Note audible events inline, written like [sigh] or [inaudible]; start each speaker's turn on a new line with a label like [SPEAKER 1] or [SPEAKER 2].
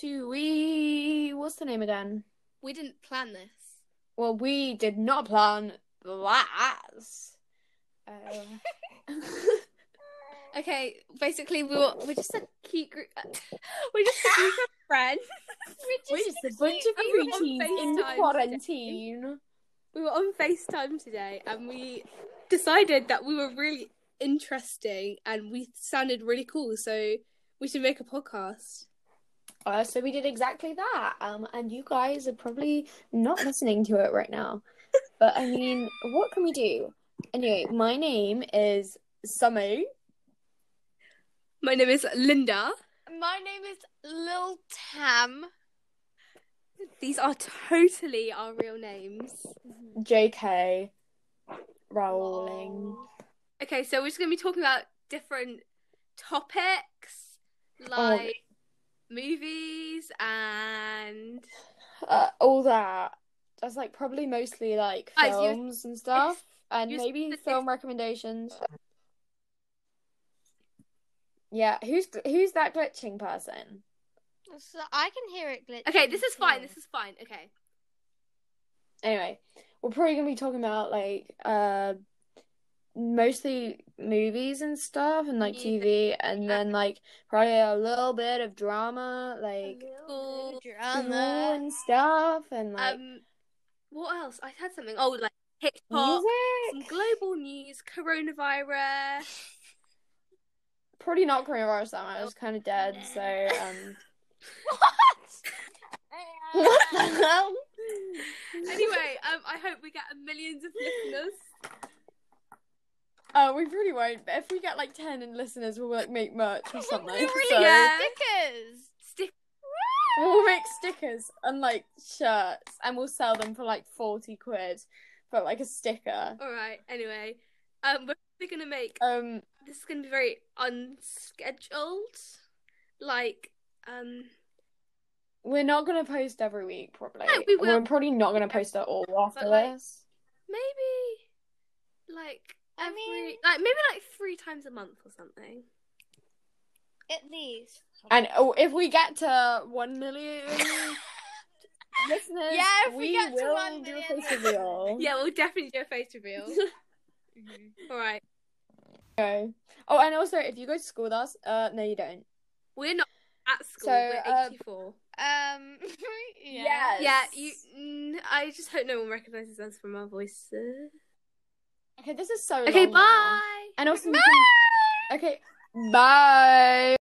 [SPEAKER 1] to we what's the name again?
[SPEAKER 2] We didn't plan this.
[SPEAKER 1] Well, we did not plan that. Um, [laughs]
[SPEAKER 2] Okay, basically we were we're just a cute group. [laughs] we're just a
[SPEAKER 1] [laughs]
[SPEAKER 2] group of friends. we're
[SPEAKER 1] we're just a bunch of
[SPEAKER 2] we were on
[SPEAKER 1] creepies in
[SPEAKER 2] FaceTime
[SPEAKER 1] quarantine.
[SPEAKER 2] we were on FaceTime today and we decided that we were really interesting and we sounded really cool, so we should make a podcast.
[SPEAKER 1] Uh, so we did exactly that. Um, and you guys are probably not listening to it right now. But I mean, what can we do? Anyway, my name is Summer.
[SPEAKER 2] My name is Linda.
[SPEAKER 3] My name is Lil Tam.
[SPEAKER 2] These are totally our real names.
[SPEAKER 1] JK Rowling.
[SPEAKER 2] Okay, so we're just gonna be talking about different topics
[SPEAKER 1] Oh,
[SPEAKER 2] like movies and
[SPEAKER 1] Uh, all that. That's like probably mostly like
[SPEAKER 2] Guys, you-
[SPEAKER 1] films and
[SPEAKER 2] [laughs]
[SPEAKER 1] stuff. And
[SPEAKER 2] you
[SPEAKER 1] maybe
[SPEAKER 2] said-
[SPEAKER 1] film recommendations. Yeah, who's who's that glitching person?
[SPEAKER 3] So I can hear it glitch.
[SPEAKER 2] Okay, this is fine. This is fine. Okay.
[SPEAKER 1] anyway, we're probably gonna be talking about like uh mostly movies and stuff and like
[SPEAKER 2] Yeah.
[SPEAKER 1] TV and then like probably a little bit of drama like
[SPEAKER 2] Cool.
[SPEAKER 1] school and stuff and like
[SPEAKER 2] Um, what else? I had something. Oh, like TikTok, some
[SPEAKER 1] music.
[SPEAKER 2] global news,
[SPEAKER 1] [laughs]
[SPEAKER 2] coronavirus.
[SPEAKER 1] Probably not coronavirus that much. I was kind of dead, so um. what [laughs] the hell?
[SPEAKER 2] anyway, um, I hope we get millions of listeners.
[SPEAKER 1] Oh, we probably won't. But if we get like ten in listeners, we'll like make merch or something.
[SPEAKER 3] We're really
[SPEAKER 1] so
[SPEAKER 2] Yeah.
[SPEAKER 3] [laughs] stickers.
[SPEAKER 2] Stick.
[SPEAKER 1] We'll make stickers and like shirts, and we'll sell them for like forty quid for like a sticker.
[SPEAKER 2] All right. Anyway, um, we're probably gonna make
[SPEAKER 1] Um,
[SPEAKER 2] this is gonna be very unscheduled. Like, um,
[SPEAKER 1] we're not gonna post every week, probably.
[SPEAKER 2] No, we will.
[SPEAKER 1] We're probably not gonna post at all after
[SPEAKER 2] But, like,
[SPEAKER 1] this.
[SPEAKER 2] maybe like
[SPEAKER 3] I
[SPEAKER 2] every
[SPEAKER 3] mean-
[SPEAKER 2] like maybe like three times a month or something.
[SPEAKER 3] At least.
[SPEAKER 1] And oh, if we get to one million listeners,
[SPEAKER 3] Yeah, if we get to
[SPEAKER 1] will
[SPEAKER 3] 1
[SPEAKER 1] do
[SPEAKER 3] million
[SPEAKER 1] a face reveal.
[SPEAKER 2] [laughs] Yeah, we'll definitely do a face [laughs] reveal. Mm-hmm. All right,
[SPEAKER 1] Okay. Oh, and also, if you go to school with us, uh, no, you don't.
[SPEAKER 2] we're not at school.
[SPEAKER 1] So,
[SPEAKER 2] we're
[SPEAKER 1] uh,
[SPEAKER 2] eighty-four.
[SPEAKER 3] Um. [laughs]
[SPEAKER 1] Yeah.
[SPEAKER 3] yeah.
[SPEAKER 2] Yeah,
[SPEAKER 1] Yes.
[SPEAKER 2] you. mm, I just hope no one recognizes us from our voices.
[SPEAKER 1] Okay, this is so.
[SPEAKER 2] Okay,
[SPEAKER 1] long now.
[SPEAKER 2] [laughs] bye.
[SPEAKER 1] And also, you can- okay, bye.